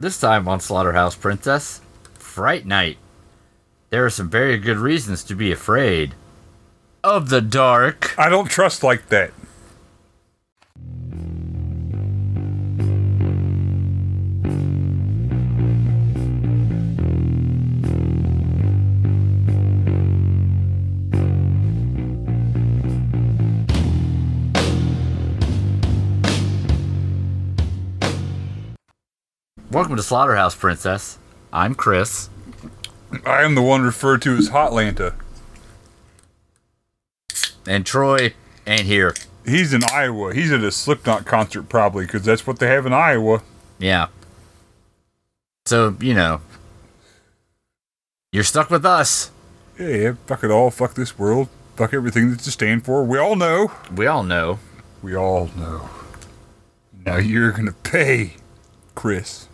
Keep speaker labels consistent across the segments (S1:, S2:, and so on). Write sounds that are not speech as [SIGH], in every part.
S1: This time on Slaughterhouse Princess, Fright Night. There are some very good reasons to be afraid of the dark.
S2: I don't trust like that.
S1: Welcome to Slaughterhouse Princess. I'm Chris.
S2: I am the one referred to as Hotlanta.
S1: And Troy ain't here.
S2: He's in Iowa. He's at a Slipknot concert probably because that's what they have in Iowa.
S1: Yeah. So, you know, you're stuck with us.
S2: Yeah, yeah. Fuck it all. Fuck this world. Fuck everything that's to stand for. We all know.
S1: We all know.
S2: We all know. Now you're gonna pay, Chris.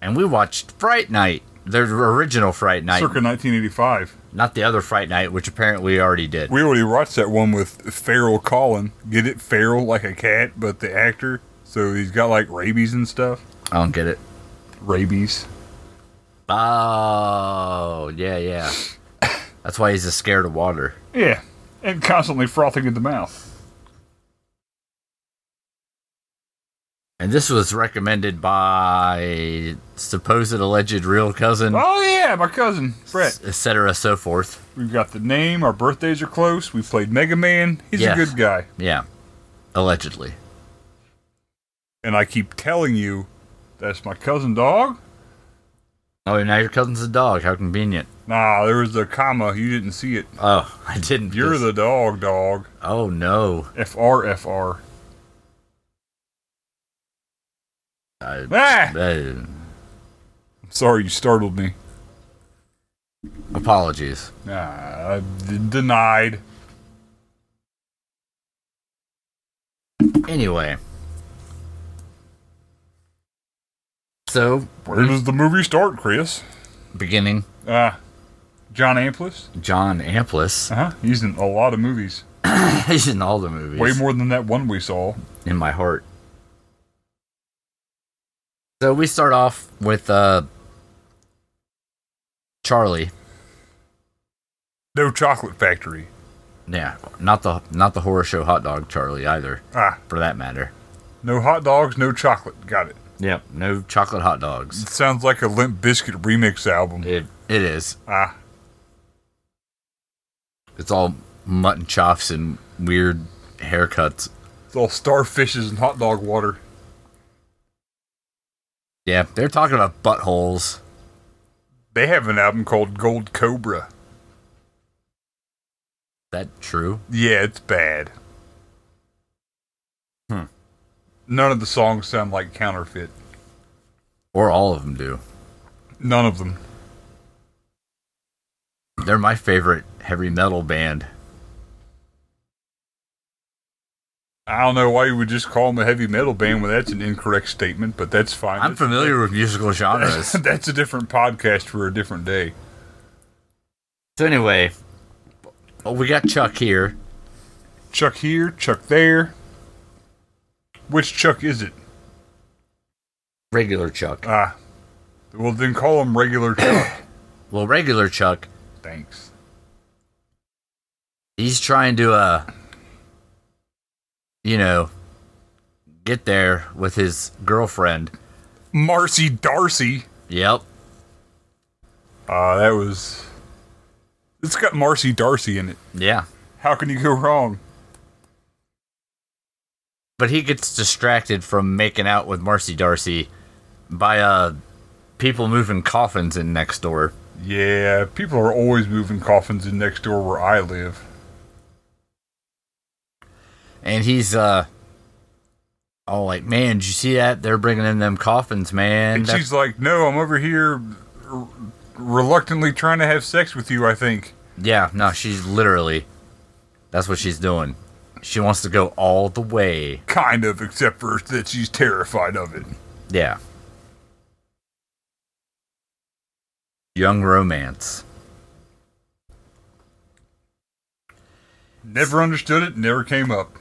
S1: And we watched Fright Night, the original Fright Night,
S2: Circa 1985.
S1: not the other Fright Night, which apparently we already did.
S2: We already watched that one with Feral Colin. Get it? Feral like a cat, but the actor. So he's got like rabies and stuff.
S1: I don't get it.
S2: Rabies.
S1: Oh, yeah, yeah. That's why he's just scared of water.
S2: Yeah, and constantly frothing at the mouth.
S1: And this was recommended by supposed alleged real cousin,
S2: Oh yeah, my cousin Brett.
S1: etc. so forth.
S2: We've got the name. Our birthdays are close. We played Mega Man. He's
S1: Yeah.
S2: a good guy.
S1: Yeah, allegedly.
S2: And I keep telling you, that's my cousin dog.
S1: Oh, now your cousin's a dog. How convenient.
S2: Nah, there was a comma. You didn't see it.
S1: Oh, [LAUGHS] I didn't.
S2: You're the dog, dog.
S1: Oh no.
S2: FR, FR.
S1: I,
S2: Ah!
S1: uh,
S2: I'm sorry you startled me.
S1: apologies.
S2: Nah, I d- denied.
S1: Anyway. So,
S2: Where does the movie start, Chris?
S1: beginning,
S2: Ah, John Amplis.
S1: John Amplis. [LAUGHS]
S2: Uh huh. He's in a lot of movies.
S1: He's in all the movies.
S2: Way more than that one we saw.
S1: in my heart. So we start off with uh Charlie.
S2: No Chocolate Factory.
S1: Yeah, not the not the horror show hot dog Charlie either,
S2: Ah,
S1: for that matter.
S2: no hot dogs, no chocolate. Got it.
S1: Yep. No chocolate hot dogs.
S2: Sounds like a Limp Biscuit remix album.
S1: It it is.
S2: Ah.
S1: It's all mutton chops and weird haircuts.
S2: It's all starfishes and hot dog water.
S1: Yeah, they're talking about buttholes.
S2: They have an album called Gold Cobra.
S1: That true?
S2: Yeah, it's bad.
S1: Hmm.
S2: None of the songs sound like counterfeit.
S1: Or all of them do.
S2: None of them.
S1: They're my favorite heavy metal band.
S2: I don't know why you would just call them a heavy metal band when that's an incorrect statement, but that's fine. [LAUGHS]
S1: I'm familiar with musical genres.
S2: that's a different podcast for a different day.
S1: So anyway, well, we got Chuck here.
S2: Chuck here, Chuck there. Which Chuck is it?
S1: Regular Chuck.
S2: Ah. Well, then call him regular Chuck.
S1: Well, regular Chuck,
S2: Thanks.
S1: he's trying to uh you know get there with his girlfriend.
S2: Marcy Darcy.
S1: Yep.
S2: Uh, that was. It's got Marcy Darcy in it.
S1: Yeah.
S2: How can you go wrong?
S1: But he gets distracted from making out with Marcy Darcy by uh people moving coffins in next door.
S2: Yeah, people are always moving coffins in next door where I live.
S1: And he's uh all like, "Man, did you see that? They're bringing in them coffins, man."
S2: And
S1: That's-
S2: she's like, "No, I'm over here, r- reluctantly trying to have sex with you." I think.
S1: Yeah, no, she's literally. That's what she's doing. She wants to go all the way.
S2: Kind of, except for that she's terrified of it.
S1: Yeah. Young romance.
S2: Never understood it. Never came up.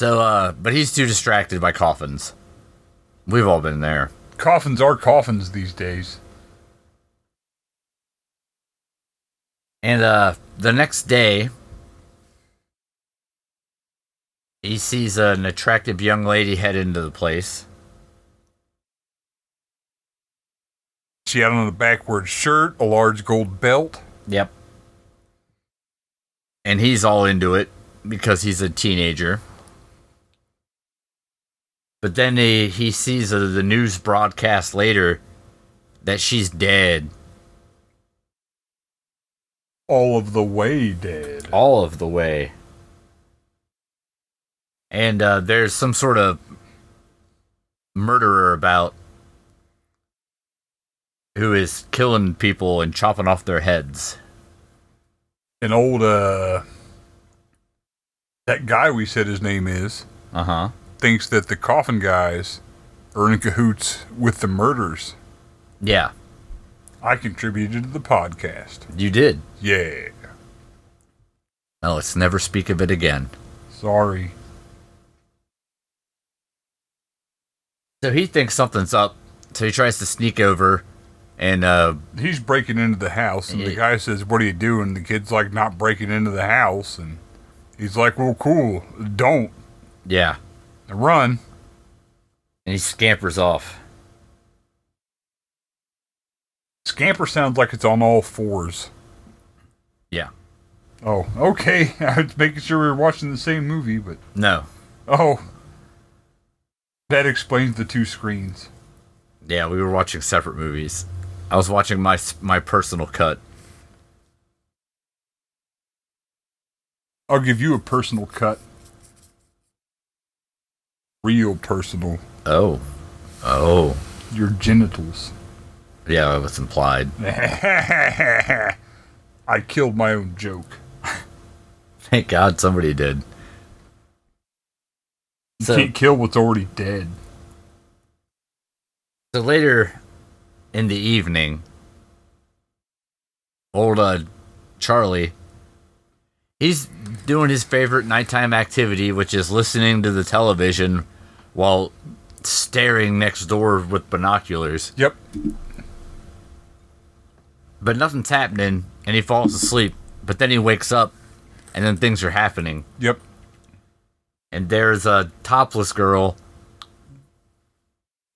S1: So, uh, but he's too distracted by coffins. We've all been there.
S2: Coffins are coffins these days.
S1: And uh, the next day, he sees an attractive young lady head into the place.
S2: She had on a backward shirt, a large gold belt.
S1: Yep. And he's all into it because he's a teenager. But then he, he sees uh, the news broadcast later that she's dead.
S2: All of the way dead.
S1: all of the way. And uh, there's some sort of murderer about who is killing people and chopping off their heads.
S2: An old uh that guy we said his name is
S1: Uh huh.
S2: thinks that the coffin guys are in cahoots with the murders.
S1: Yeah,
S2: I contributed to the podcast.
S1: you did.
S2: Yeah.
S1: Now let's never speak of it again.
S2: Sorry.
S1: So he thinks something's up, so he tries to sneak over and uh,
S2: He's breaking into the house, and the
S1: Yeah.
S2: guy says, What are you doing? The kid's like, Not breaking into the house. And he's like, Well, cool. Don't.
S1: yeah,
S2: Run.
S1: and he scampers off.
S2: Scamper sounds like it's on all fours.
S1: Yeah.
S2: Oh, okay. [LAUGHS] I was making sure we were watching the same movie, but
S1: No.
S2: oh, that explains the two screens.
S1: Yeah, we were watching separate movies. I was watching my my personal cut.
S2: I'll give you a personal cut. Real personal.
S1: Oh. Oh.
S2: Your genitals. [LAUGHS]
S1: Yeah, it was implied.
S2: I killed my own joke.
S1: Thank God somebody did.
S2: You
S1: So,
S2: can't kill what's already dead.
S1: so later in the evening, old uh, Charlie, he's doing his favorite nighttime activity, which is listening to the television while staring next door with binoculars.
S2: Yep.
S1: But nothing's happening, and he falls asleep. But then he wakes up, and then things are happening.
S2: Yep.
S1: And there's a topless girl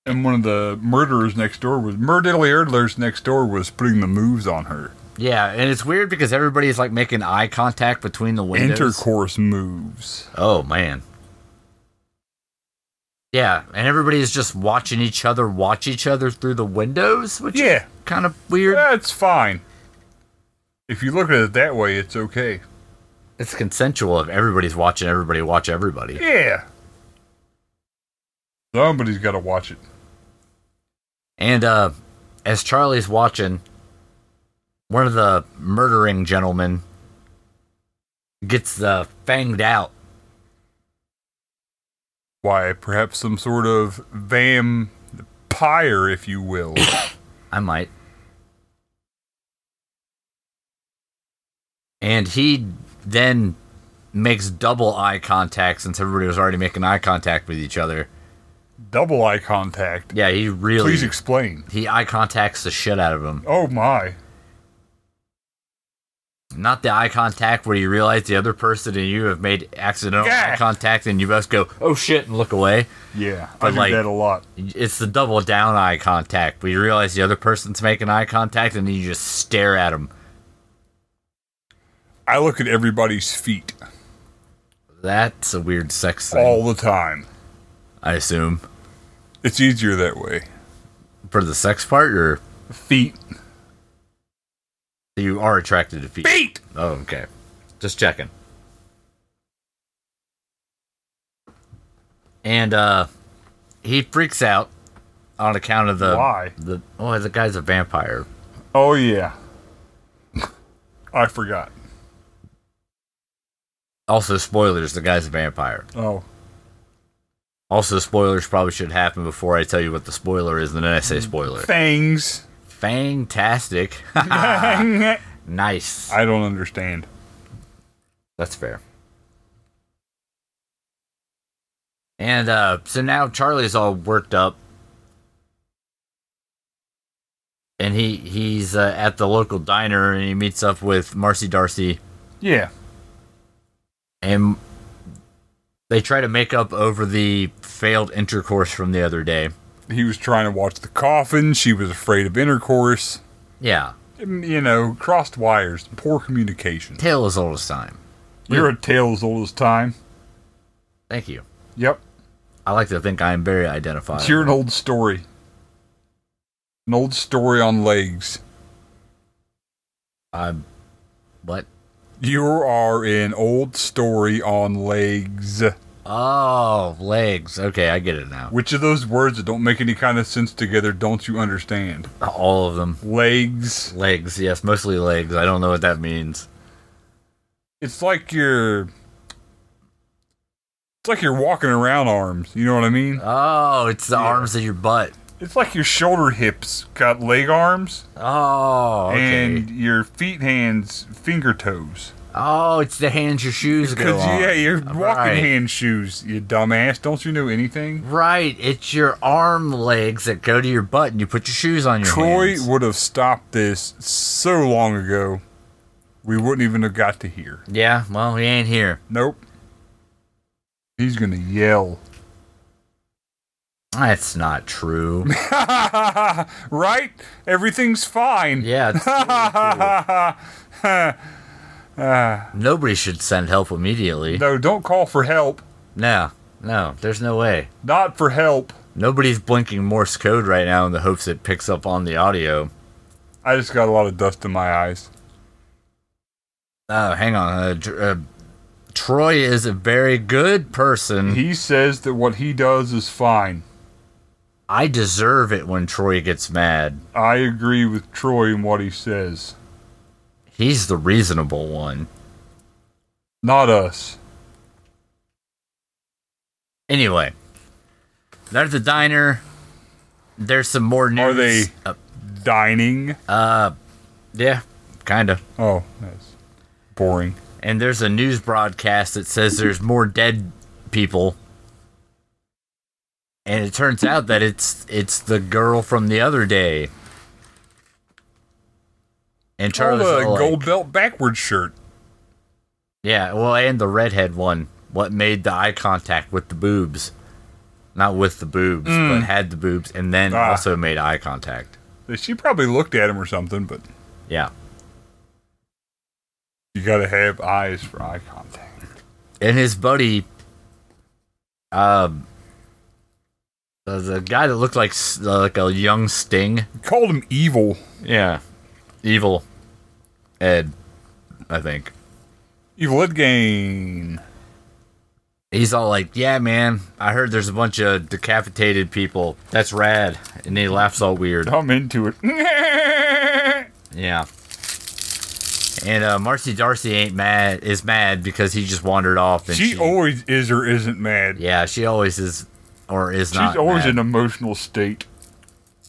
S2: And one of the murderers next door was Murderly Erdler's next door was putting the moves on her.
S1: Yeah, and it's weird because everybody's like making eye contact between the windows.
S2: Intercourse moves.
S1: oh man. Yeah, and everybody is just watching each other watch each other through the windows, which
S2: Yeah.
S1: is kind of weird.
S2: That's fine. If you look at it that way, it's okay.
S1: It's consensual if everybody's watching everybody watch everybody.
S2: Yeah. Somebody's got to watch it.
S1: And uh as Charlie's watching, one of the murdering gentlemen gets uh, fanged out.
S2: Why? Perhaps some sort of vampire, if you will. [COUGHS]
S1: I might. And he then makes double eye contact since everybody was already making eye contact with each other.
S2: Double eye contact.
S1: Yeah, he really
S2: Please explain.
S1: he eye contacts the shit out of him.
S2: Oh my.
S1: Not the eye contact where you realize the other person and you have made accidental
S2: Yeah.
S1: eye contact and you both go, "Oh shit," and look away.
S2: Yeah, I
S1: But,
S2: do
S1: like-
S2: that a lot.
S1: It's the double down eye contact where you realize the other person's making eye contact and then you just stare at him.
S2: I look at everybody's feet
S1: That's a weird sex thing,
S2: all the time.
S1: I assume,
S2: It's easier that way.
S1: for the sex part or
S2: Feet.
S1: You are attracted to feet.
S2: Feet!
S1: Oh, okay. Just checking. And uh he freaks out on account of the
S2: Why?
S1: the oh the guy's a vampire.
S2: Oh yeah. [LAUGHS] I forgot.
S1: Also spoilers, the guy's a vampire.
S2: Oh.
S1: Also spoilers probably should happen before I tell you what the spoiler is and then I
S2: Mm.
S1: say spoiler.
S2: Fangs. [LAUGHS]
S1: Fantastic. [LAUGHS]
S2: Ah. I
S1: nice.
S2: don't understand.
S1: That's fair. And uh, so now Charlie's all worked up and he he's uh, at the local diner and he meets up with Marcy Darcy
S2: Yeah.
S1: and they try to make up over the failed intercourse from the other day.
S2: He was trying to watch the coffin. She was afraid of intercourse.
S1: Yeah,
S2: And, You know, crossed wires, poor communication.
S1: tale as old as time.
S2: You're a tale as old as time.
S1: Thank you.
S2: Yep.
S1: I like to think I am very identified.
S2: You're an old story. An old story on legs.
S1: I'm what?
S2: You are an old story on legs.
S1: Oh, legs. Okay, I get it now.
S2: Which of those words that don't make any kind of sense together don't you understand?
S1: All of them.
S2: Legs.
S1: Legs. Yes, mostly legs. I don't know what that means.
S2: It's like you're. It's like you're walking around arms. You know what I mean?
S1: Oh, it's the arms of your butt.
S2: It's like your shoulder hips got leg arms
S1: Oh, okay.
S2: and your feet, hands, finger toes.
S1: oh, it's the hands your shoes go
S2: Because,
S1: on.
S2: yeah, you're walking
S1: Right.
S2: hand shoes, you dumbass. Don't you know anything?
S1: Right, it's your arm legs that go to your butt, and you put your shoes on your
S2: Troy
S1: hands.
S2: would have stopped this so long ago, we wouldn't even have got to here.
S1: Yeah, well, he ain't here.
S2: Nope. He's gonna yell. [LAUGHS]
S1: That's not true.
S2: right? Everything's fine.
S1: Yeah, it's totally
S2: [LAUGHS]
S1: true. nobody should send help immediately.
S2: No, don't call for help.
S1: No, no, there's no way.
S2: Not for help.
S1: Nobody's blinking Morse code right now in the hopes it picks up on the audio.
S2: I just got a lot of dust in my eyes.
S1: Oh, hang on. Uh, Tr- uh, Troy is a very good person.
S2: He says that what he does is fine.
S1: I deserve it when Troy gets mad.
S2: I agree with Troy in what he says.
S1: He's the reasonable one.
S2: Not us.
S1: Anyway, they're at the diner. There's some more news.
S2: Are they-
S1: Uh,
S2: Dining.
S1: yeah, kind of.
S2: Oh, that's boring.
S1: And there's a news broadcast that says there's more dead people. And it turns out that it's it's the girl from the other day. And
S2: Oh,
S1: Charlie's
S2: the
S1: all like-
S2: gold belt backward shirt.
S1: Yeah, well, and the redhead one. What made the eye contact with the boobs? Not with the boobs, but had the boobs, and then
S2: Ah.
S1: also made eye contact.
S2: She probably looked at him or something, but
S1: Yeah,
S2: you gotta have eyes for eye contact.
S1: and his buddy, um, the, the guy that looked like S- like a young Sting.
S2: You called him evil.
S1: Yeah, evil Ed, I think.
S2: Evil Ed Gain.
S1: He's all like, "Yeah, man, I heard there's a bunch of decapitated people. That's rad." And he laughs all weird.
S2: I'm
S1: [LAUGHS]
S2: into it.
S1: Yeah. And uh, Marcy Darcy ain't mad is mad because he just wandered off and
S2: she,
S1: she,
S2: always is or isn't mad.
S1: yeah she always is or is not.
S2: She's always
S1: mad.
S2: in an emotional state.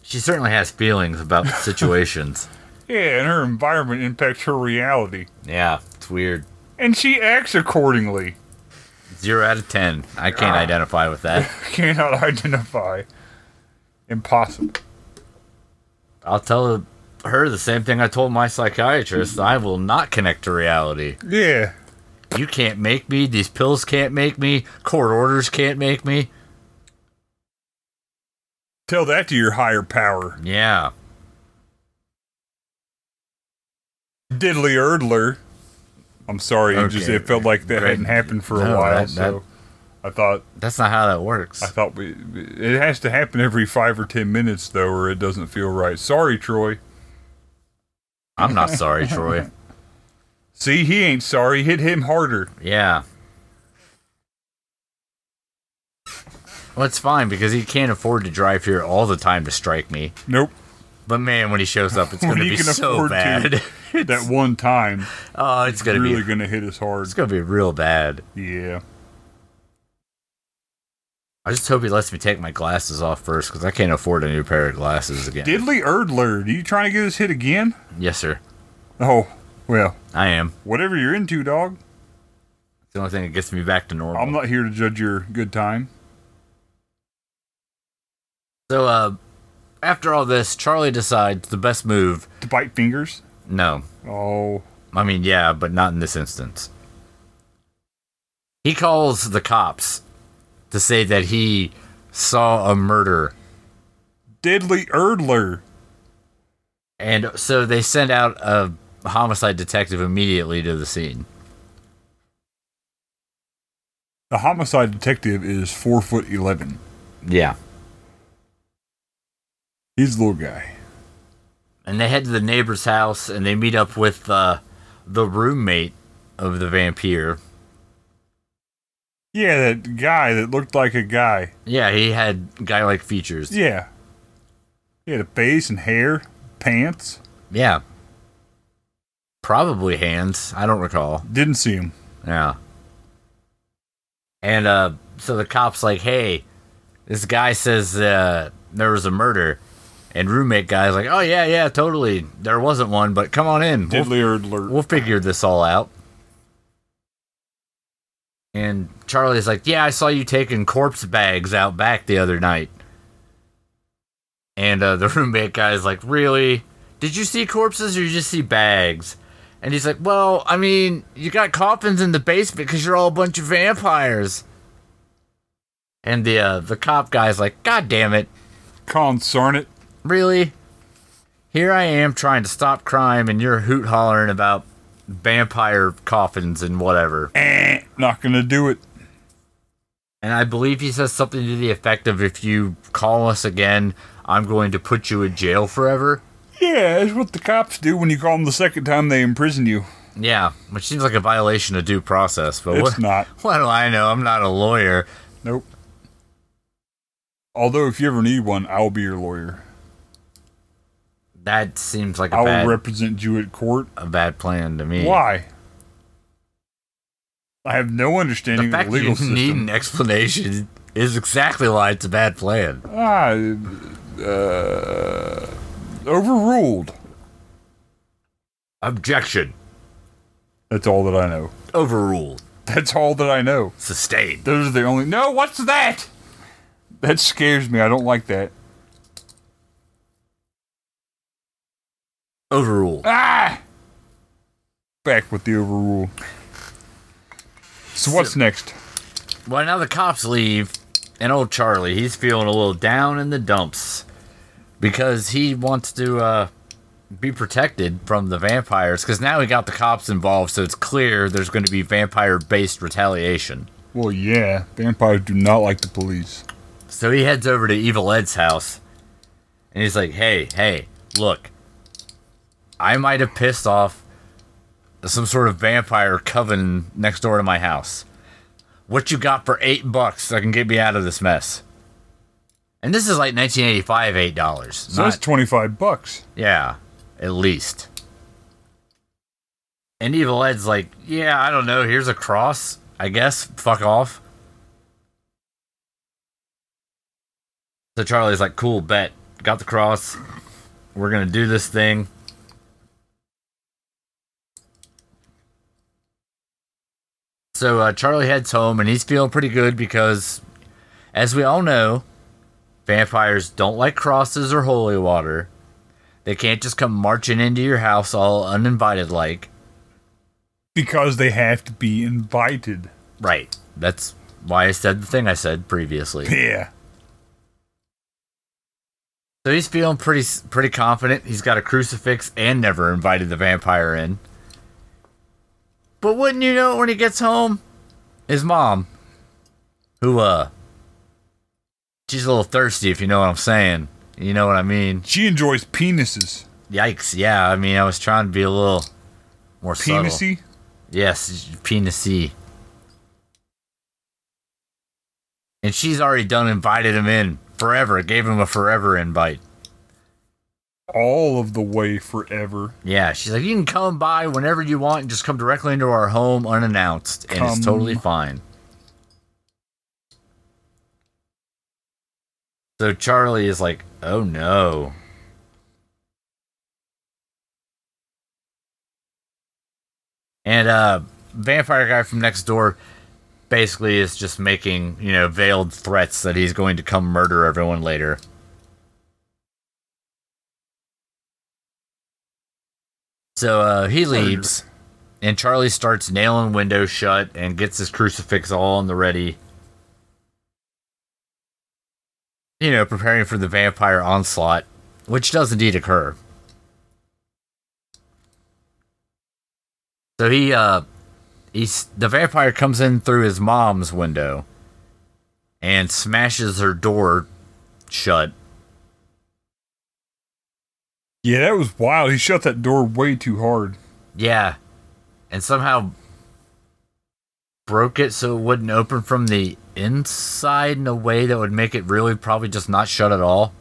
S1: she certainly has feelings
S2: [LAUGHS]
S1: about situations.
S2: Yeah, and her environment impacts her reality.
S1: yeah, it's weird.
S2: And she acts accordingly.
S1: Zero out of ten. I can't
S2: Ah.
S1: identify with that.
S2: Cannot identify. Impossible.
S1: I'll tell her the same thing I told my psychiatrist. I will not connect to reality.
S2: Yeah.
S1: You can't make me. These pills can't make me. Court orders can't make me.
S2: Tell that to your higher power.
S1: Yeah.
S2: Diddly Erdler. I'm sorry, it just
S1: Okay.
S2: it felt like that
S1: Right.
S2: hadn't happened for a
S1: No,
S2: while,
S1: that-
S2: so I thought
S1: That's not how that
S2: [LAUGHS]
S1: works.
S2: I thought we it has to happen every five or ten minutes though, or it doesn't feel right. Sorry, Troy.
S1: I'm not sorry, Troy.
S2: See, he ain't sorry. Hit him harder.
S1: Yeah. Well, it's fine because he can't afford to drive here all the time to strike me.
S2: Nope.
S1: But man, when he shows up, it's going to
S2: When he
S1: be
S2: can
S1: so
S2: afford to.
S1: bad. [LAUGHS]
S2: that one time
S1: oh, it's going to
S2: really
S1: be
S2: gonna hit us hard.
S1: it's going to be real bad.
S2: Yeah.
S1: I just hope he lets me take my glasses off first because I can't afford a new pair of glasses again.
S2: Diddly Erdler, are you trying to get us hit again?
S1: yes, sir.
S2: Oh, well,
S1: I am.
S2: whatever you're into, dog.
S1: It's the only thing that gets me back to normal.
S2: I'm not here to judge your good time.
S1: so, uh, after all this, Charlie decides the best move.
S2: To bite fingers?
S1: No,
S2: Oh,
S1: I mean yeah, but not in this instance. He calls the cops to say that he saw a murder,
S2: Deadly Erdler.
S1: and so they send out a homicide detective immediately to the scene.
S2: The homicide detective is four foot eleven.
S1: Yeah.
S2: He's a little guy.
S1: and they head to the neighbor's house and they meet up with uh, the roommate of the vampire.
S2: Yeah, that guy that looked like a guy.
S1: Yeah, he had guy-like features. Yeah.
S2: Yeah. He had a face and hair, pants.
S1: probably hands. I don't recall.
S2: Didn't see him.
S1: Yeah, and uh, so the cops like, hey, this guy says uh, there was a murder, and roommate guy's like, oh yeah, yeah, totally, there wasn't one, but come on in, We'll
S2: Deadly Erdler.
S1: we'll figure this all out. And Charlie's like, Yeah, I saw you taking corpse bags out back the other night. And uh, the [LAUGHS] roommate guy's like, Really? Did you see corpses or you just see bags? And he's like, Well, I mean, you got coffins in the basement because you're all a bunch of vampires. And the uh, the cop guy's like, God damn it.
S2: Concern it.
S1: Really? Here I am trying to stop crime, and you're hoot hollering about vampire coffins and whatever.
S2: Eh, not gonna do it.
S1: And I believe he says something to the effect of if you call us again, I'm going to put you in jail forever.
S2: Yeah, that's what the cops do when you call them the second time they imprison you.
S1: Yeah, which seems like a violation of due process, but
S2: It's
S1: what, [LAUGHS]
S2: not.
S1: what do I know? I'm not a lawyer.
S2: Nope. Although, if you ever need one, I'll be your lawyer.
S1: That seems like
S2: I
S1: a
S2: will
S1: bad,
S2: represent you at court.
S1: a bad plan to me.
S2: Why? I have no
S1: The
S2: understanding of
S1: fact
S2: the
S1: that you
S2: legal system.
S1: need an explanation is exactly why it's a bad plan.
S2: ah, uh, overruled.
S1: Objection.
S2: That's all that I know.
S1: Overruled.
S2: That's all that I know.
S1: Sustained.
S2: Those are the only. No, what's that? That scares me. I don't like that.
S1: Overruled.
S2: Ah! Back with the overrule. So what's next?
S1: Well, now the cops leave, and old Charlie, he's feeling a little down in the dumps because he wants to uh, be protected from the vampires. Because now he got the cops involved, so it's clear there's going to be vampire based retaliation.
S2: Well, yeah, vampires do not like the police.
S1: So he heads over to Evil Ed's house, and he's like, hey, hey, look, I might have pissed off some sort of vampire coven next door to my house. What you got for eight bucks that can get me out of this mess? And this is like 1985 eight dollars.
S2: So that's twenty-five bucks.
S1: Yeah, at least. And Evil Ed's like, yeah, I don't know. Here's a cross, I guess. Fuck off. So Charlie's like, cool, bet. Got the cross. We're going to do this thing. So uh, Charlie heads home and he's feeling pretty good because, as we all know, vampires don't like crosses or holy water. They can't just come marching into your house all uninvited like.
S2: Because they have to be invited.
S1: Right. That's why I said the thing I said
S2: [LAUGHS]
S1: previously.
S2: Yeah.
S1: So he's feeling pretty pretty confident. He's got a crucifix and never invited the vampire in. But wouldn't you know it when he gets home? His mom, who uh she's a little thirsty if you know what I'm saying. You know what I mean?
S2: She enjoys penises.
S1: Yikes. Yeah, I mean I was trying to be a little more subtle.
S2: Penisy?
S1: Yes, penisy. And she's already done invited him in forever. Gave him a forever invite.
S2: All of the way forever.
S1: Yeah, she's like, you can come by whenever you want and just come directly into our home unannounced, and
S2: Come.
S1: it's totally fine. So Charlie is like, oh no. And uh vampire guy from next door basically is just making, you know, veiled threats that he's going to come murder everyone later. So uh, he leaves, and Charlie starts nailing windows shut and gets his crucifix all on the ready. You know, preparing for the vampire onslaught, which does indeed occur. So he, uh, he's, the vampire comes in through his mom's window and smashes her door shut.
S2: Yeah, that was wild. He shut that door way too hard.
S1: Yeah. And somehow broke it so it wouldn't open from the inside in a way that would make it really probably just not shut at all.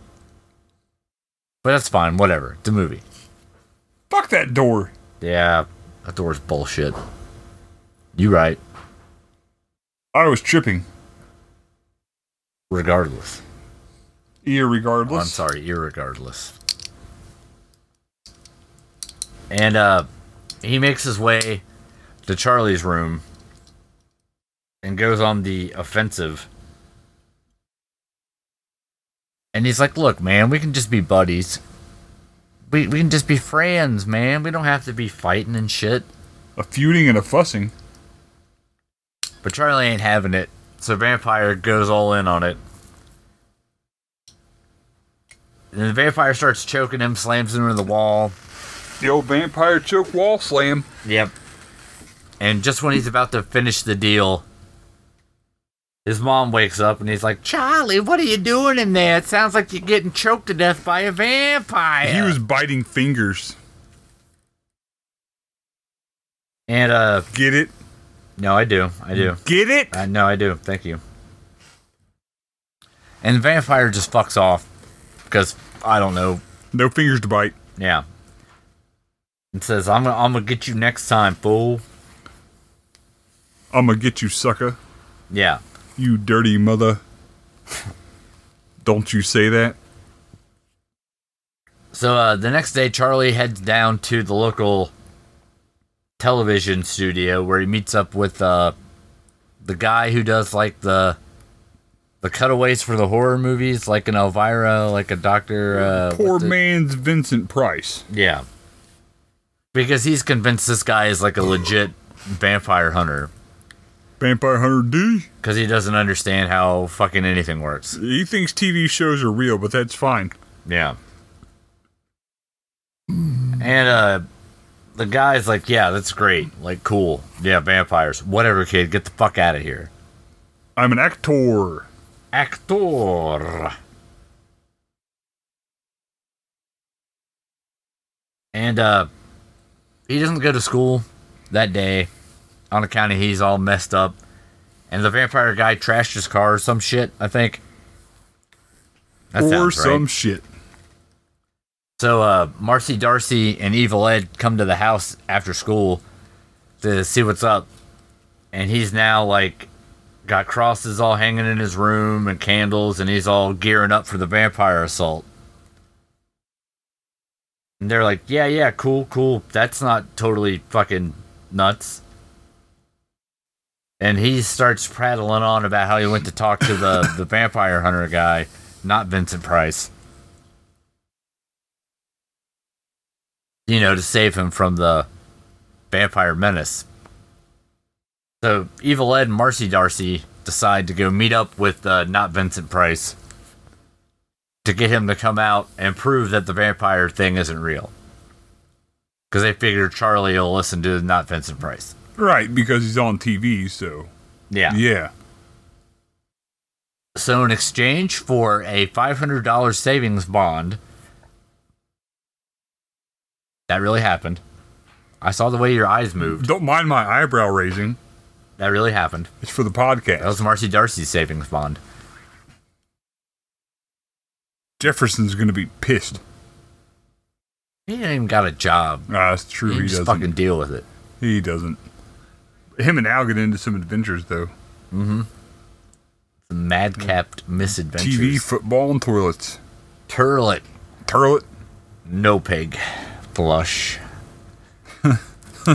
S1: But that's fine, whatever. It's a movie.
S2: Fuck that door.
S1: Yeah, that door's bullshit. You right,
S2: I was tripping.
S1: regardless.
S2: Irregardless.
S1: Oh, I'm sorry, irregardless. And uh he makes his way to Charlie's room and goes on the offensive. And he's like, "Look, man, we can just be buddies. We we can just be friends, man. We don't have to be fighting and shit."
S2: A feuding and a fussing.
S1: But Charlie ain't having it, so Vampire goes all in on it. And the vampire starts choking him, slams him into the wall.
S2: The old vampire choke wall slam.
S1: Yep. And just when he's about to finish the deal, his mom wakes up and he's like, Charlie, what are you doing in there? It sounds like you're getting choked to death by a vampire.
S2: He was biting fingers.
S1: And, uh,
S2: Get it?
S1: no, I do. I do.
S2: Get it?
S1: I no, I do. Thank you. And the vampire just fucks off because I don't know.
S2: No fingers to bite.
S1: Yeah. And says, "I'm gonna, I'm gonna get you next time, fool."
S2: I'm gonna get you, sucker.
S1: Yeah.
S2: You dirty mother. [LAUGHS] Don't you say that?
S1: So uh, the next day, Charlie heads down to the local television studio where he meets up with uh, the guy who does like the the cutaways for the horror movies, like an Elvira, like a Doctor. Uh,
S2: Poor
S1: what's it-
S2: man's Vincent Price.
S1: Yeah. Because he's convinced this guy is like a legit vampire hunter.
S2: Vampire Hunter D.
S1: Because he doesn't understand how fucking anything works.
S2: He thinks TV shows are real, but that's fine.
S1: Yeah. And uh the guy's like, Yeah, that's great. Like cool. Yeah, vampires. Whatever, kid, get the fuck out of here.
S2: I'm an actor.
S1: Actor. And uh he doesn't go to school that day on account of he's all messed up. And the vampire guy trashed his car or some shit, I think. That
S2: or
S1: sounds right.
S2: some shit.
S1: So uh, Marcy Darcy and Evil Ed come to the house after school to see what's up, and he's now like got crosses all hanging in his room and candles, and he's all gearing up for the vampire assault. And they're like, "Yeah, yeah, cool, cool. That's not totally fucking nuts." And he starts prattling on about how he went to talk to the the vampire hunter guy, not Vincent Price. you know, to save him from the vampire menace. So Evil Ed and Marcy Darcy decide to go meet up with uh, not Vincent Price to get him to come out and prove that the vampire thing isn't real. Because they figure Charlie will listen to not Vincent Price.
S2: Right, because he's on TV, so.
S1: Yeah.
S2: Yeah.
S1: So in exchange for a $500 savings bond, that really happened. I saw the way your eyes moved.
S2: Don't mind my eyebrow raising.
S1: That really happened.
S2: It's for the podcast.
S1: That was Marcy Darcy's savings bond.
S2: Jefferson's going to be pissed.
S1: He ain't even got a job.
S2: Ah, that's true.
S1: He
S2: He,
S1: can just
S2: doesn't.
S1: fucking deal with it.
S2: He doesn't. Him and Al get into some adventures, though.
S1: Madcapped misadventures.
S2: TV, football, and toilets.
S1: Turlet.
S2: Turlet.
S1: No pig. Flush.
S2: [LAUGHS]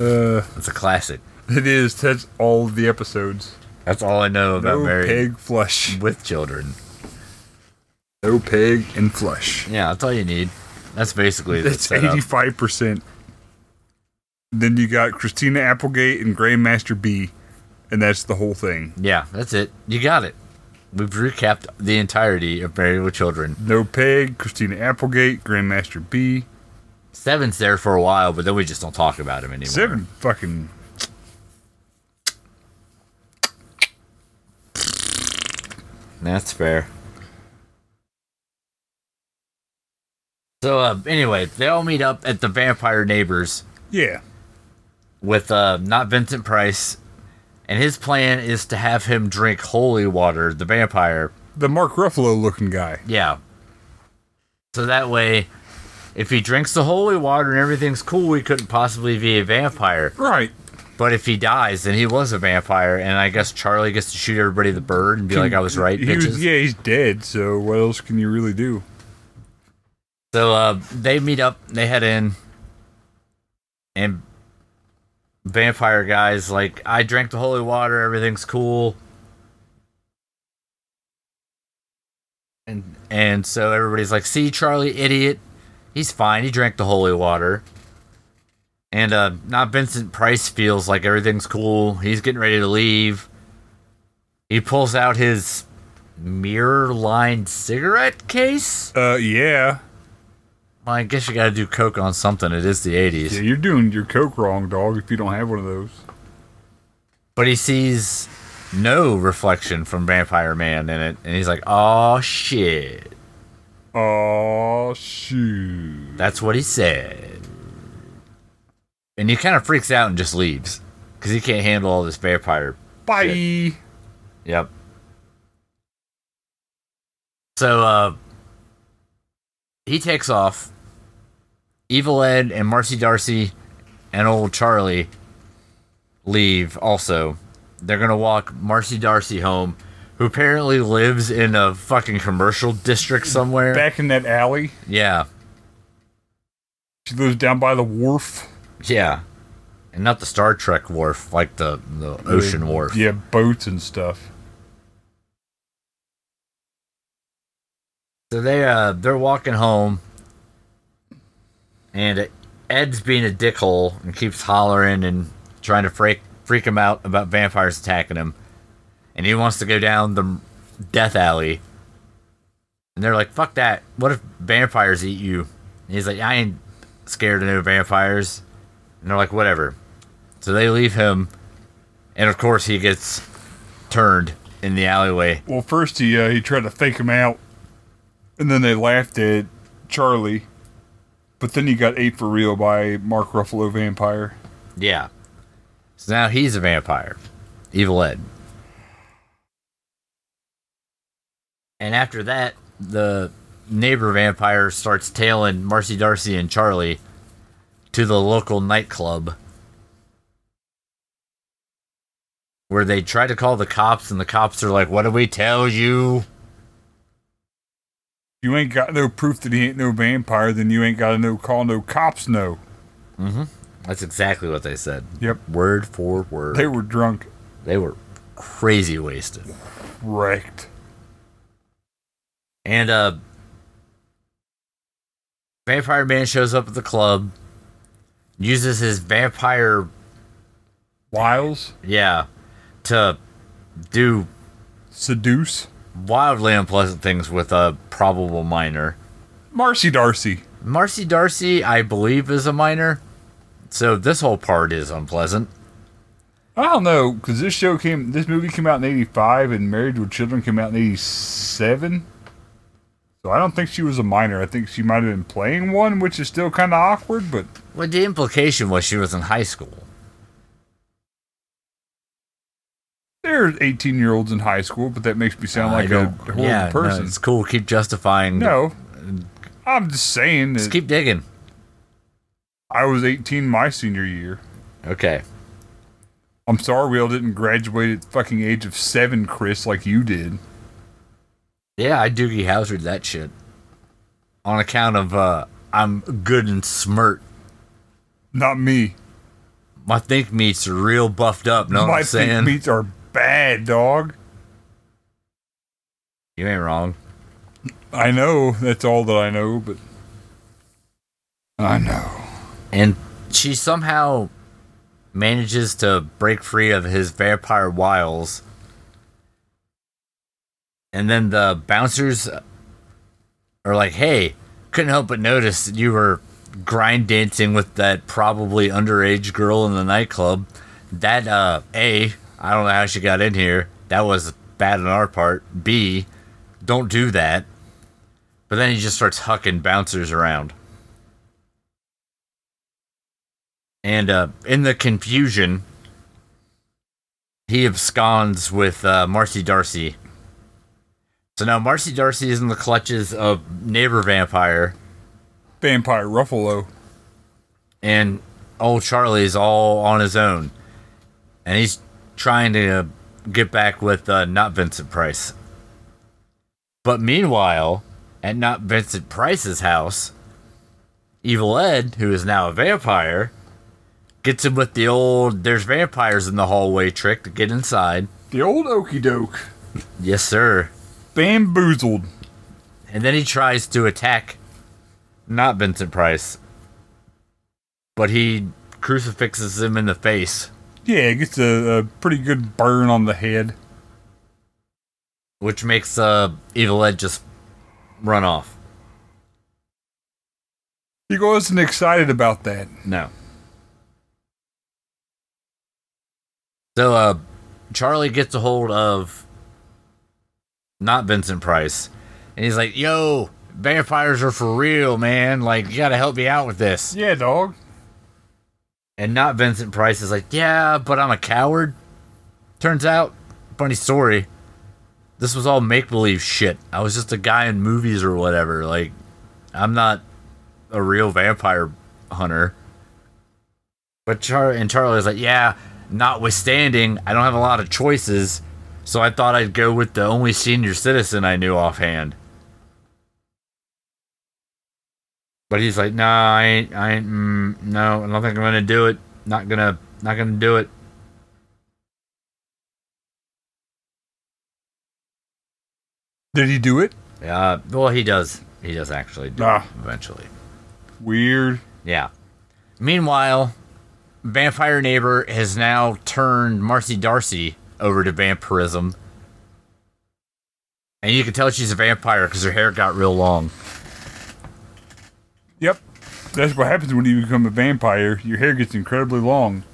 S2: Uh,
S1: That's a classic.
S2: it is. That's all the episodes.
S1: That's all I know about
S2: no
S1: married
S2: peg flush.
S1: with children.
S2: No peg and flush.
S1: Yeah, that's all you need. That's basically the
S2: That's
S1: setup.
S2: eighty five percent. Then you got Christina Applegate and Grandmaster B, and that's the whole thing.
S1: Yeah, that's it. You got it. We've recapped the entirety of Married with Children.
S2: No Peg, Christina Applegate, Grandmaster B.
S1: Seven's there for a while, but then we just don't talk about him anymore.
S2: Seven fucking
S1: That's fair. So uh, anyway, they all meet up at the vampire neighbors
S2: yeah.
S1: with uh, not Vincent Price, and his plan is to have him drink holy water, the vampire.
S2: The Mark Ruffalo looking guy.
S1: Yeah. So that way, if he drinks the holy water and everything's cool, he couldn't possibly be a vampire.
S2: Right.
S1: But if he dies, then he was a vampire, and I guess Charlie gets to shoot everybody the bird and be like, "I was right,
S2: He
S1: bitches."
S2: was, yeah, he's dead. So what else can you really do?
S1: So uh, they meet up, they head in, and vampire guys like, I drank the holy water, everything's cool. And and so everybody's like, see Charlie, idiot, he's fine, he drank the holy water. And uh, not Vincent Price feels like everything's cool. He's getting ready to leave. He pulls out his mirror-lined cigarette case.
S2: Uh, yeah.
S1: Well, I guess you got to do coke on something. It is the
S2: Yeah,
S1: 80s.
S2: you're doing your coke wrong, dog. If you don't have one of those.
S1: But he sees no reflection from Vampire Man in it, and he's like, "Oh shit!"
S2: Oh shoot.
S1: That's what he said. And he kind of freaks out and just leaves because he can't handle all this vampire.
S2: Bye.
S1: Yep. So uh, he takes off. Evil Ed and Marcy Darcy and old Charlie leave also. They're gonna walk Marcy Darcy home, who apparently lives in a fucking commercial district somewhere.
S2: Back in that alley.
S1: yeah,
S2: She lives down by the wharf.
S1: yeah, and not the Star Trek wharf, like the the ocean wharf.
S2: Yeah, boats and stuff.
S1: So they uh they're walking home, and Ed's being a dickhole and keeps hollering and trying to freak freak him out about vampires attacking him, and he wants to go down the death alley. And they're like, "Fuck that! What if vampires eat you?" And he's like, "I ain't scared of no vampires." And they're like, "Whatever." So they leave him, and of course he gets turned in the alleyway.
S2: Well, first he uh, he tried to fake him out, and then they laughed at Charlie. But then he got ate for real by Mark Ruffalo vampire.
S1: Yeah. So now he's a vampire. Evil Ed. And after that, the neighbor vampire starts tailing Marcy Darcy and Charlie to the local nightclub where they try to call the cops, and the cops are like, What did we tell you?
S2: You ain't got no proof that he ain't no vampire, then you ain't got no call, no cops, no.
S1: That's exactly what they said.
S2: Yep.
S1: Word for word.
S2: They were drunk,
S1: they were crazy wasted.
S2: wrecked.
S1: And uh Vampire Man shows up at the club, uses his vampire
S2: Wiles,
S1: yeah to do
S2: seduce
S1: wildly unpleasant things with a probable minor.
S2: Marcy Darcy.
S1: Marcy Darcy, I believe, is a minor. So this whole part is unpleasant.
S2: I don't know, cause this show came, this movie came out in '85, and Married with Children came out in '87. So I don't think she was a minor. I think she might have been playing one, which is still kind of awkward. But
S1: Well, the implication was she was in high school.
S2: there's 18 year olds in high school, but that makes me sound like a horrible
S1: yeah, no,
S2: person.
S1: it's cool. Keep justifying.
S2: No, I'm just saying
S1: Just
S2: that
S1: keep digging.
S2: I was 18 my senior year.
S1: Okay.
S2: I'm sorry we all didn't graduate at the fucking age of seven, Chris, like you did.
S1: Yeah, I Doogie Howser that shit. On account of uh I'm good and smirt.
S2: Not me.
S1: My think meats are real buffed up, know what
S2: My
S1: I'm saying?
S2: think beats are bad, dog.
S1: you ain't wrong.
S2: I know that's all that I know, but I know.
S1: and she somehow manages to break free of his vampire wiles. And then the bouncers are like, "Hey, couldn't help but notice that you were grind dancing with that probably underage girl in the nightclub. That uh, a, I don't know how she got in here. That was bad on our part. B, don't do that." But then he just starts hucking bouncers around. And uh, in the confusion, he absconds with uh, Marcy Darcy. So now Marcy Darcy is in the clutches of neighbor vampire,
S2: Vampire Ruffalo.
S1: and old Charlie is all on his own, and he's trying to get back with uh, not Vincent Price. But meanwhile, at not Vincent Price's house, Evil Ed, who is now a vampire, gets him with the old "there's vampires in the hallway" trick to get inside.
S2: The old okey doke.
S1: Yes, sir.
S2: Bamboozled.
S1: And then he tries to attack not Vincent Price, but he crucifixes him in the face.
S2: Yeah, it gets a, a pretty good burn on the head.
S1: which makes uh, Evil Ed just run off.
S2: He wasn't excited about that.
S1: No. So uh, Charlie gets a hold of not Vincent Price, and he's like, "Yo, vampires are for real, man! Like, you gotta help me out with this."
S2: Yeah, dog.
S1: And not Vincent Price is like, "Yeah, but I'm a coward." Turns out, funny story. This was all make believe shit. I was just a guy in movies or whatever. Like, I'm not a real vampire hunter. But Char and Charlie's like, yeah, notwithstanding, I don't have a lot of choices, so I thought I'd go with the only senior citizen I knew offhand. But he's like, nah, I ain't, I ain't, mm, no, I don't think I'm gonna do it. Not gonna, not gonna do it.
S2: Did he do it?
S1: Uh, well, he does, he does actually do
S2: Ah.
S1: it eventually.
S2: Weird.
S1: Yeah. Meanwhile, vampire neighbor has now turned Marcy Darcy over to vampirism. And you can tell she's a vampire because her hair got real long.
S2: Yep. That's what happens when you become a vampire. Your hair gets incredibly long.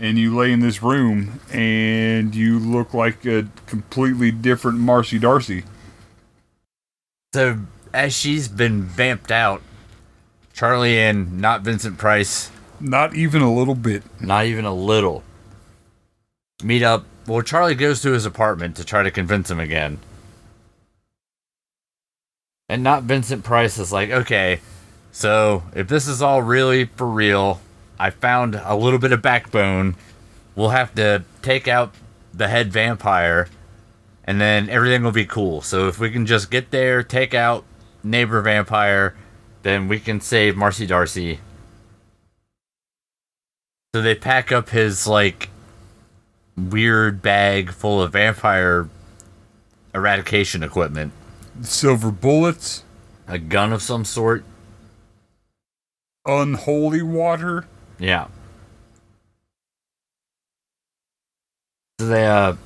S2: And you lay in this room and you look like a completely different Marcy Darcy.
S1: So, as she's been vamped out, Charlie and not Vincent Price,
S2: Not even a little bit.
S1: not even a little, meet up. Well, Charlie goes to his apartment to try to convince him again. And not Vincent Price is like, okay, so if this is all really for real, I found a little bit of backbone. We'll have to take out the head vampire, and then everything will be cool. So if we can just get there, take out neighbor vampire, then we can save Marcy Darcy. So they pack up his, like, weird bag full of vampire eradication equipment
S2: Silver bullets,
S1: a gun of some sort.
S2: unholy water.
S1: Yeah. So they uh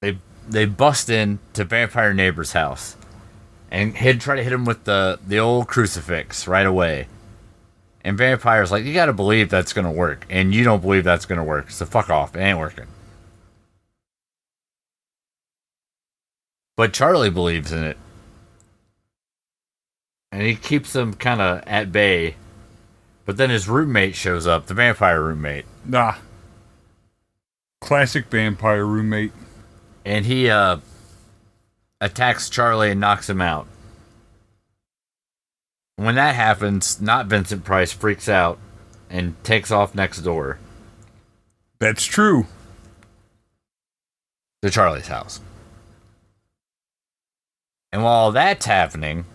S1: they they bust in to vampire neighbor's house and hit try to hit him with the the old crucifix right away. And vampire's like, you gotta believe that's gonna work, and you don't believe that's gonna work, so fuck off, it ain't working. But Charlie believes in it. And he keeps them kinda at bay but then his roommate shows up, the vampire roommate,
S2: Nah. Classic vampire roommate.
S1: and he uh, attacks Charlie and knocks him out. When that happens, not Vincent Price freaks out and takes off next door
S2: That's true.
S1: to Charlie's house. And while that's happening,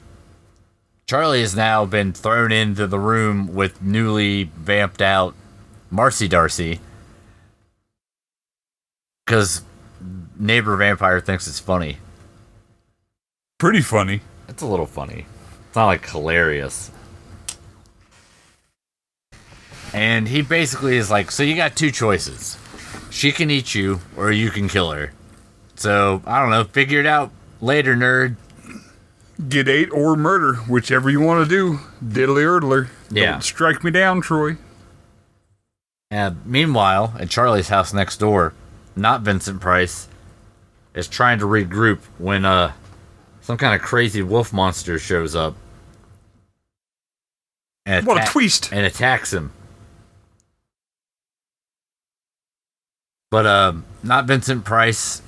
S1: Charlie has now been thrown into the room with newly vamped out Marcy Darcy because neighbor vampire thinks it's funny.
S2: Pretty funny.
S1: It's a little funny. It's not like hilarious. And he basically is like, so you got two choices. She can eat you, or you can kill her. So, I don't know, figure it out later, nerd.
S2: Get eight or murder, whichever you want to do. Diddly erdler.
S1: Yeah.
S2: Don't strike me down, Troy.
S1: And Uh, meanwhile, at Charlie's house next door, not Vincent Price, is trying to regroup when uh some kind of crazy wolf monster shows up. And
S2: What a
S1: atta-
S2: twist.
S1: And attacks him. But uh, not Vincent Price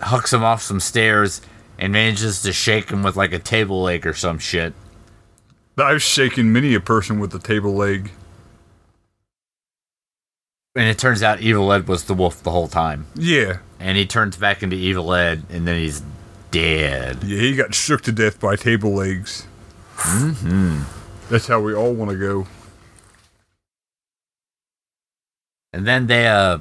S1: hucks him off some stairs and manages to shake him with like a table leg or some shit.
S2: I've shaken many a person with a table leg.
S1: And it turns out Evil Ed was the wolf the whole time.
S2: Yeah.
S1: and he turns back into Evil Ed, and then he's dead.
S2: Yeah, he got shook to death by table legs. Mm-hmm. That's how we all want to go.
S1: And then they, uh,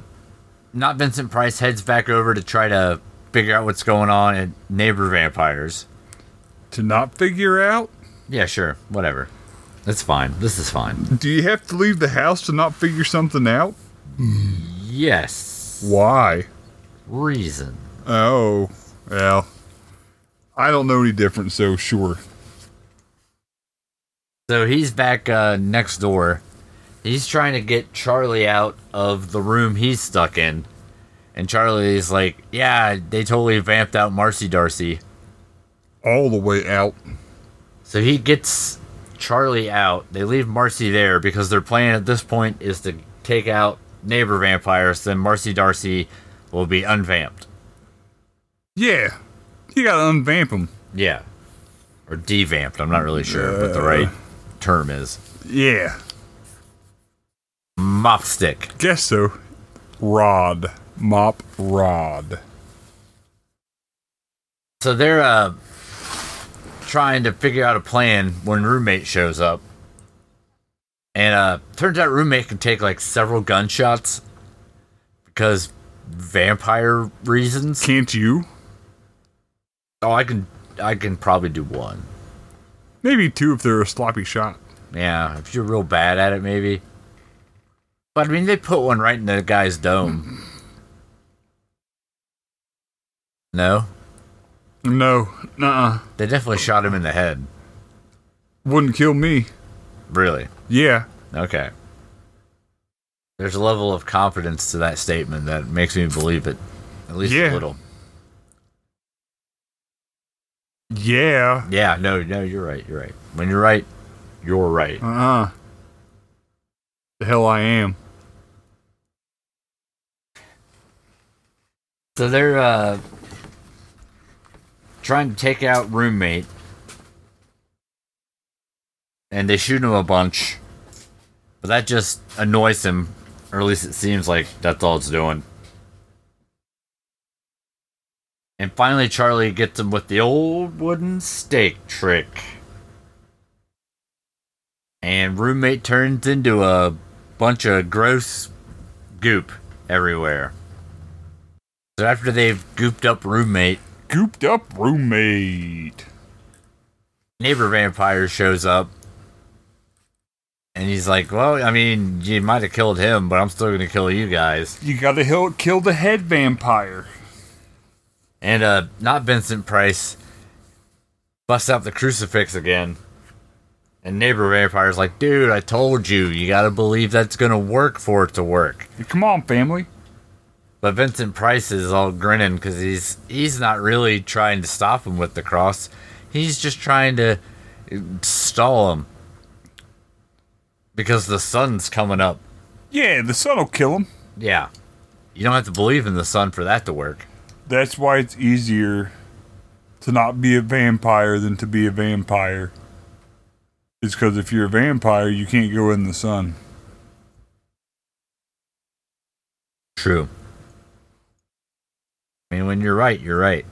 S1: not Vincent Price, heads back over to try to figure out what's going on at Neighbor Vampires.
S2: To not figure out?
S1: Yeah, sure, whatever. It's fine. This is fine.
S2: Do you have to leave the house to not figure something out?
S1: Yes.
S2: Why?
S1: Reason.
S2: Oh, well. I don't know any different, so sure.
S1: So he's back uh, next door. He's trying to get Charlie out of the room he's stuck in. And Charlie's like, yeah, they totally vamped out Marcy Darcy.
S2: All the way out.
S1: So he gets Charlie out. They leave Marcy there because their plan at this point is to take out neighbor vampires. Then Marcy Darcy will be unvamped.
S2: Yeah. You gotta unvamp him.
S1: Yeah. Or devamped. I'm not really sure what the
S2: Yeah.
S1: right term is.
S2: Yeah.
S1: Mopstick.
S2: Guess so. Rod. Mop rod.
S1: So they're uh, trying to figure out a plan when roommate shows up. And uh, turns out roommate can take like several gunshots because vampire reasons.
S2: Can't you?
S1: Oh, I can I can probably do one.
S2: Maybe two if they're a sloppy shot.
S1: Yeah, if you're real bad at it, maybe. But I mean, they put one right in the guy's dome. No,
S2: No. Nuh uh.
S1: they definitely shot him in the head.
S2: Wouldn't kill me.
S1: Really?
S2: Yeah.
S1: Okay. There's a level of confidence to that statement that makes me believe it, at least
S2: Yeah.
S1: a little.
S2: Yeah.
S1: Yeah. No. No. You're right. You're right. When you're right, you're right.
S2: Uh uh The hell I am.
S1: So they're uh, trying to take out roommate, and they shoot him a bunch. But that just annoys him, or at least it seems like that's all it's doing. And finally, Charlie gets him with the old wooden stake trick. And roommate turns into a bunch of gross goop everywhere. So after they've gooped up roommate,
S2: Gooped up roommate.
S1: neighbor vampire shows up. And he's like, Well, I mean, you might have killed him, but I'm still going to kill you guys.
S2: You gotta hel- kill the head vampire.
S1: And uh, not Vincent Price busts out the crucifix again. And neighbor vampire's like, Dude, I told you, you got to believe that's going to work for it to work.
S2: Come on, family.
S1: But Vincent Price is all grinning because he's he's not really trying to stop him with the cross. He's just trying to stall him because the sun's coming up.
S2: Yeah, the sun will kill him.
S1: Yeah, you don't have to believe in the sun for that to work.
S2: That's why it's easier to not be a vampire than to be a vampire. It's because if you're a vampire, you can't go in the sun.
S1: True. I mean, when you're right, you're right.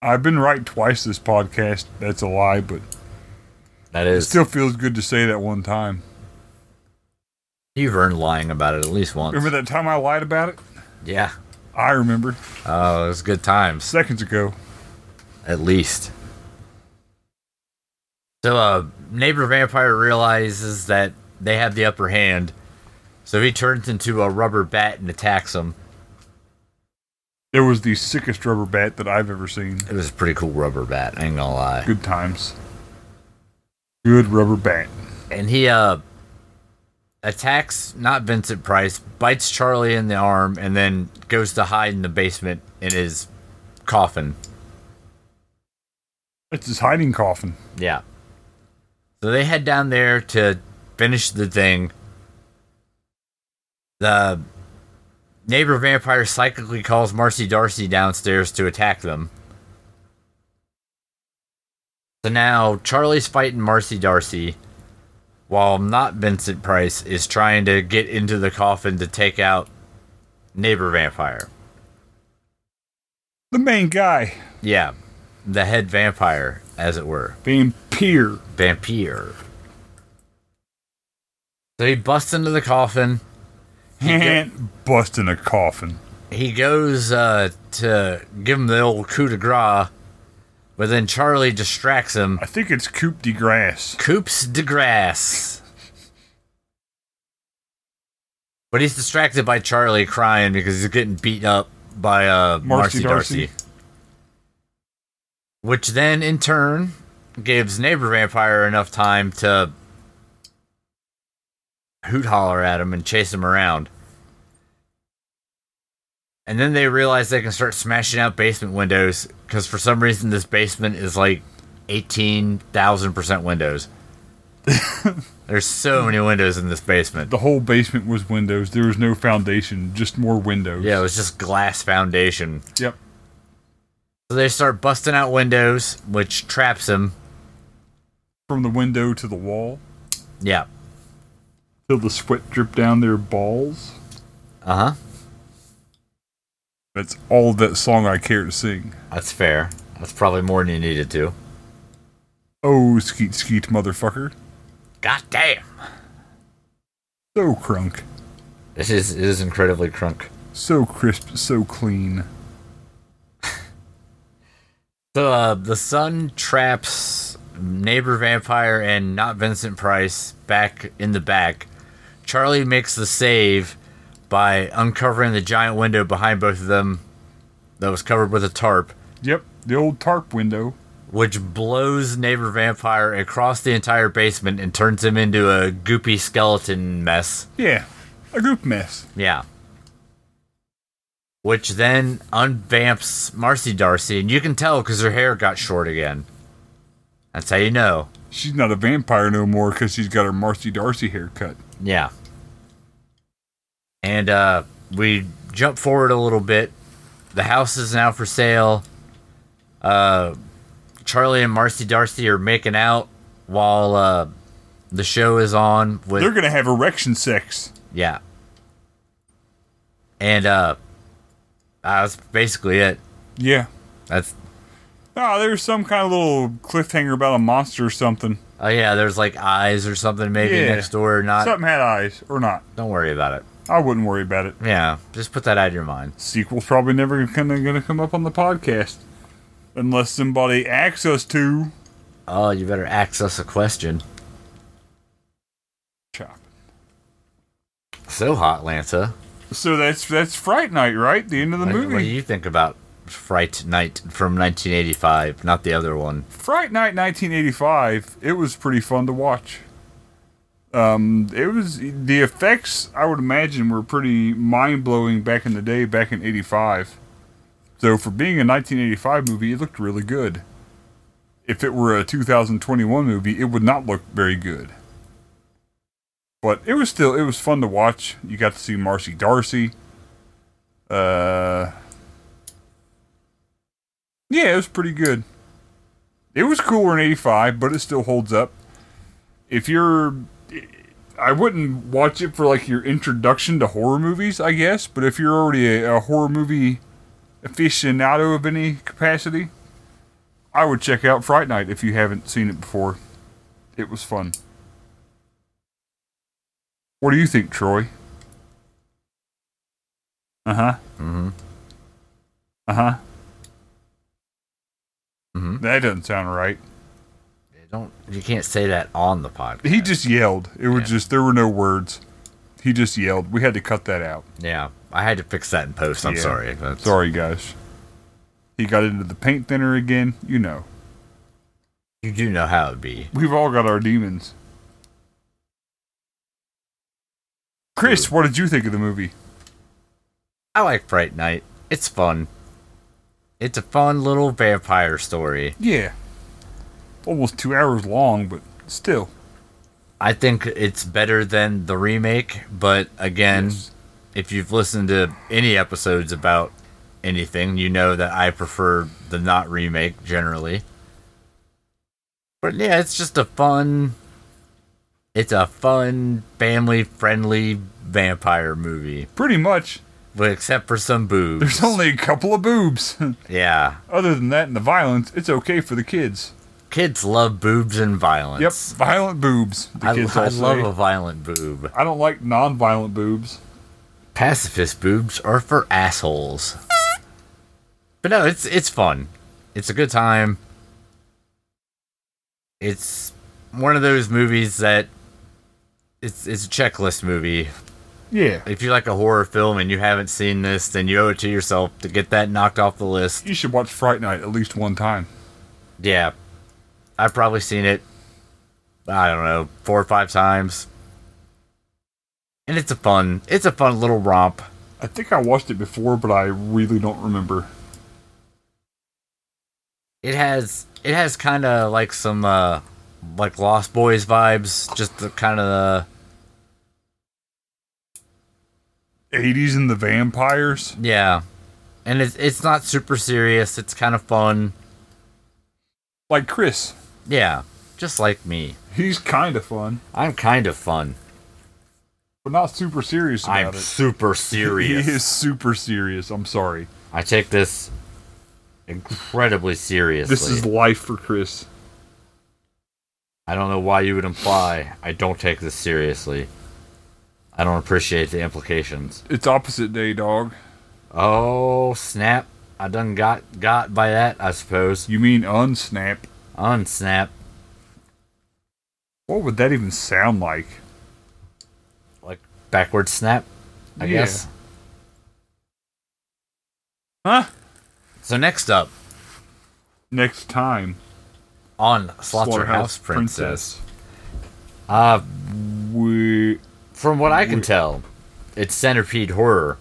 S2: I've been right twice this podcast. That's a lie, but
S1: That
S2: it
S1: is
S2: still feels good to say that one time.
S1: you've earned lying about it at least once.
S2: Remember that time I lied about it?
S1: Yeah.
S2: I remember.
S1: Oh, it was good times.
S2: Seconds ago.
S1: at least. So, uh, neighbor vampire realizes that they have the upper hand. So he turns into a rubber bat and attacks him.
S2: It was the sickest rubber bat that I've ever seen.
S1: It was a pretty cool rubber bat, I ain't gonna lie.
S2: Good times. Good rubber bat.
S1: And he uh attacks not Vincent Price, bites Charlie in the arm, and then goes to hide in the basement in his coffin.
S2: It's his hiding coffin.
S1: Yeah. So they head down there to finish the thing. The neighbor vampire psychically calls Marcy Darcy downstairs to attack them. So now Charlie's fighting Marcy Darcy while not Vincent Price is trying to get into the coffin to take out neighbor vampire.
S2: The main guy.
S1: Yeah. The head vampire, as it were.
S2: Vampire.
S1: Vampire. So he busts into the coffin.
S2: [LAUGHS] Bust in a coffin.
S1: He goes uh, to give him the old coup de grace, but then Charlie distracts him.
S2: I think it's Coupe de Grasse.
S1: Coops de grass. But he's distracted by Charlie crying because he's getting beat up by uh, Marcy,
S2: Marcy
S1: Darcy.
S2: Darcy.
S1: Which then, in turn, gives Neighbor Vampire enough time to hoot holler at him and chase him around. And then they realize they can start smashing out basement windows because for some reason this basement is like 18,000% [LAUGHS] windows. There's so many windows in this basement.
S2: The whole basement was windows. There was no foundation, just more windows.
S1: Yeah, it was just glass foundation.
S2: Yep.
S1: So they start busting out windows, which traps him.
S2: From the window to the wall,
S1: Yeah.
S2: till the sweat dripped down their balls.
S1: Uh huh.
S2: That's all that song I care to sing.
S1: That's fair. That's probably more than you needed to.
S2: Oh, skeet skeet, motherfucker.
S1: God damn.
S2: So crunk.
S1: This is, it is incredibly crunk.
S2: So crisp, so clean.
S1: So uh, the sun traps neighbor vampire and not Vincent Price back in the back. Charlie makes the save by uncovering the giant window behind both of them that was covered with a tarp,
S2: Yep, the old tarp window.
S1: which blows neighbor vampire across the entire basement and turns him into a goopy skeleton mess.
S2: Yeah, a goop mess.
S1: Yeah. Which then unvamps Marcy Darcy, and you can tell because her hair got short again. That's how you know.
S2: She's not a vampire no more because she's got her Marcy Darcy haircut.
S1: Yeah. And uh, we jump forward a little bit. The house is now for sale. Uh, Charlie and Marcy Darcy are making out while uh, the show is on. With
S2: They're gonna have erection sex.
S1: yeah. And uh, uh, that's basically it.
S2: Yeah.
S1: That's
S2: Ah, there was some kind of little cliffhanger about a monster or something.
S1: oh yeah. There's like eyes or something maybe
S2: Yeah.
S1: next door or not.
S2: something had eyes or not.
S1: Don't worry about it.
S2: I wouldn't worry about it.
S1: Yeah, just put that out of your mind.
S2: Sequel's probably never gonna, gonna come up on the podcast unless somebody asks us to.
S1: Oh, you better access a question.
S2: Chop.
S1: So hot, Lanta.
S2: So that's that's Fright Night, right? The end of the
S1: What-
S2: movie.
S1: What do you think about Fright Night from 1985, not the other one?
S2: Fright Night 1985, it was pretty fun to watch. Um, it was the effects I would imagine were pretty mind blowing back in the day, back in '85. So for being a 1985 movie, it looked really good. If it were a 2021 movie, it would not look very good. But it was still it was fun to watch. You got to see Marcy Darcy. Uh, yeah, it was pretty good. It was cooler in '85, but it still holds up. If you're, I wouldn't watch it for like your introduction to horror movies, I guess. But if you're already a, a horror movie aficionado of any capacity, I would check out Fright Night if you haven't seen it before. It was fun. What do you think, Troy? Uh huh.
S1: hmm
S2: Uh huh.
S1: Mhm.
S2: That doesn't sound right.
S1: It don't you can't say that on the podcast.
S2: He just yelled. It was
S1: Yeah.
S2: just there were no words. He just yelled. We had to cut that out.
S1: yeah, I had to fix that in post. I'm
S2: Yeah.
S1: sorry. That's,
S2: Sorry, guys. He got into the paint thinner again. You know,
S1: You do know how it'd be.
S2: we've all got our demons. Chris, what did you think of the movie?
S1: I like Fright Night. It's fun. It's a fun little vampire story.
S2: Yeah, almost two hours long, but still.
S1: I think it's better than the remake, but again,
S2: Yes.
S1: if you've listened to any episodes about anything, you know that I prefer the not remake generally. But yeah, it's just a fun it's a fun family-friendly vampire movie,
S2: Pretty much.
S1: but except for some boobs.
S2: There's only a couple of boobs. [LAUGHS]
S1: Yeah.
S2: Other than that, and the violence, it's okay for the kids.
S1: Kids love boobs and
S2: Yep,
S1: violence.
S2: violent boobs. The
S1: I,
S2: kids
S1: I
S2: all
S1: love
S2: say.
S1: a violent boob.
S2: I don't like non-violent boobs.
S1: Pacifist boobs are for assholes. But no, it's it's fun. It's a good time. It's one of those movies that it's it's a checklist movie.
S2: Yeah,
S1: If you like a horror film and you haven't seen this, then you owe it to yourself to get that knocked off the list.
S2: you should watch Fright Night at least one time.
S1: Yeah. I've probably seen it I don't know, four or five times. And it's a fun it's a fun little romp.
S2: I think I watched it before, but I really don't remember.
S1: it has it has kind of like some uh like lost boys vibes just the kind of uh,
S2: 80s and the vampires.
S1: yeah and it's it's not super serious it's kind of fun
S2: Like Chris,
S1: yeah just like me
S2: he's kind of fun,
S1: i'm kind of fun
S2: but not super serious about
S1: i'm
S2: it. [LAUGHS]
S1: super serious
S2: He is super serious. I'm sorry.
S1: i take this incredibly seriously
S2: This is life for Chris.
S1: i don't know why you would imply i don't take this seriously i don't appreciate the implications
S2: It's opposite day, dog.
S1: oh snap i done got got by that i suppose
S2: You mean unsnap?
S1: unsnap
S2: What would that even sound like?
S1: like backward snap, I
S2: Yeah.
S1: guess.
S2: Huh?
S1: So next up
S2: Next time.
S1: on Slaughterhouse, Princess, uh,
S2: We
S1: from what I can tell, it's centipede horror.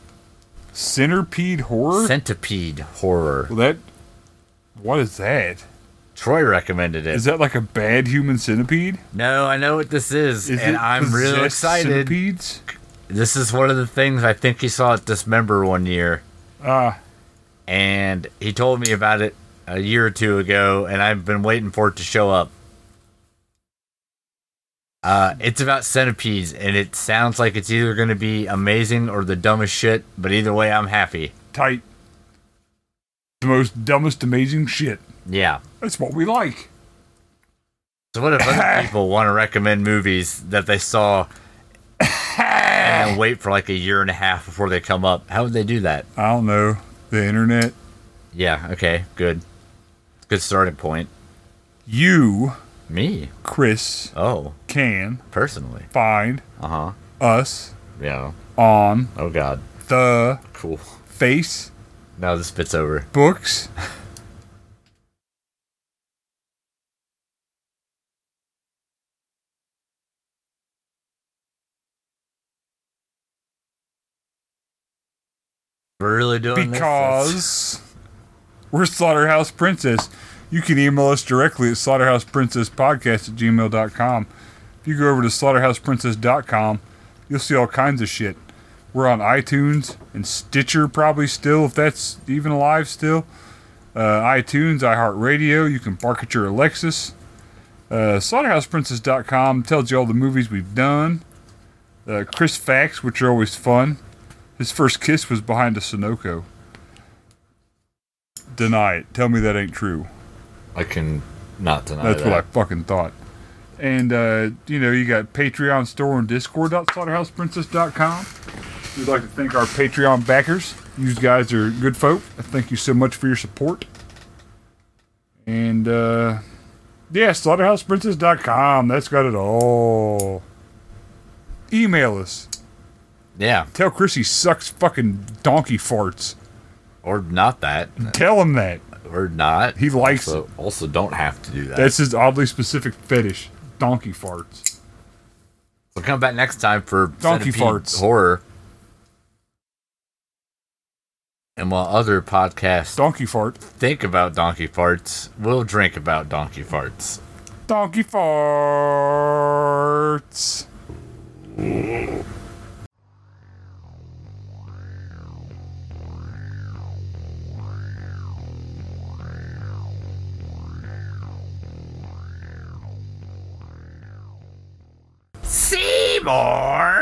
S2: centipede horror.
S1: Centipede horror.
S2: well, that. What is that?
S1: Troy recommended it.
S2: Is that like a bad human centipede?
S1: no, I know what this is,
S2: Is
S1: and
S2: it
S1: I'm really
S2: possessed
S1: excited.
S2: Centipedes?
S1: This is one of the things I think he saw at Dismember one year,
S2: Ah,
S1: and he told me about it a year or two ago, and I've been waiting for it to show up. Uh, it's about centipedes, and it sounds like it's either going to be amazing or the dumbest shit, but either way, I'm happy.
S2: tight. The most dumbest, amazing shit.
S1: Yeah.
S2: That's what we like.
S1: So, what if [LAUGHS] other people want to recommend movies that they saw and then wait for like a year and a half before they come up? How would they do that?
S2: I don't know. The internet.
S1: Yeah, okay, good. Good starting point.
S2: You,
S1: Me?
S2: Chris,
S1: Oh,
S2: can
S1: personally.
S2: find
S1: Uh huh.
S2: us
S1: Yeah.
S2: on
S1: Oh, God.
S2: the
S1: Cool.
S2: face
S1: Now this fits over.
S2: books.
S1: We're really doing this.
S2: because we're Slaughterhouse Princess. You can email us directly at slaughterhouseprincesspodcast at gmail.com. If you go over to slaughterhouseprincess.com, you'll see all kinds of shit. We're on iTunes and Stitcher, probably still, if that's even alive still. Uh, iTunes, iHeartRadio, you can bark at your Alexis. Uh, slaughterhouseprincess.com tells you all the movies we've done. Uh, Chris Facts, which are always fun. His first kiss was behind a Sunoco. Deny it. Tell me that ain't true.
S1: I can not deny
S2: That's
S1: that.
S2: what I fucking thought. And uh, you know, you got Patreon store and Discord.slaughterhouseprincess.com. We'd like to thank our Patreon backers. You guys are good folk. Thank you so much for your support. And uh, Yeah, slaughterhouseprincess.com. That's got it all. Email us.
S1: Yeah,
S2: Tell Chris he sucks fucking donkey farts.
S1: or not that,
S2: Tell him that.
S1: or not.
S2: He likes
S1: also, also don't have to do that.
S2: That's his oddly specific fetish. Donkey farts.
S1: we'll come back next time for
S2: Donkey
S1: Centipede
S2: farts.
S1: horror. And while other podcasts
S2: Donkey fart.
S1: think about donkey farts, we'll drink about donkey farts.
S2: Donkey farts.
S1: Seymour.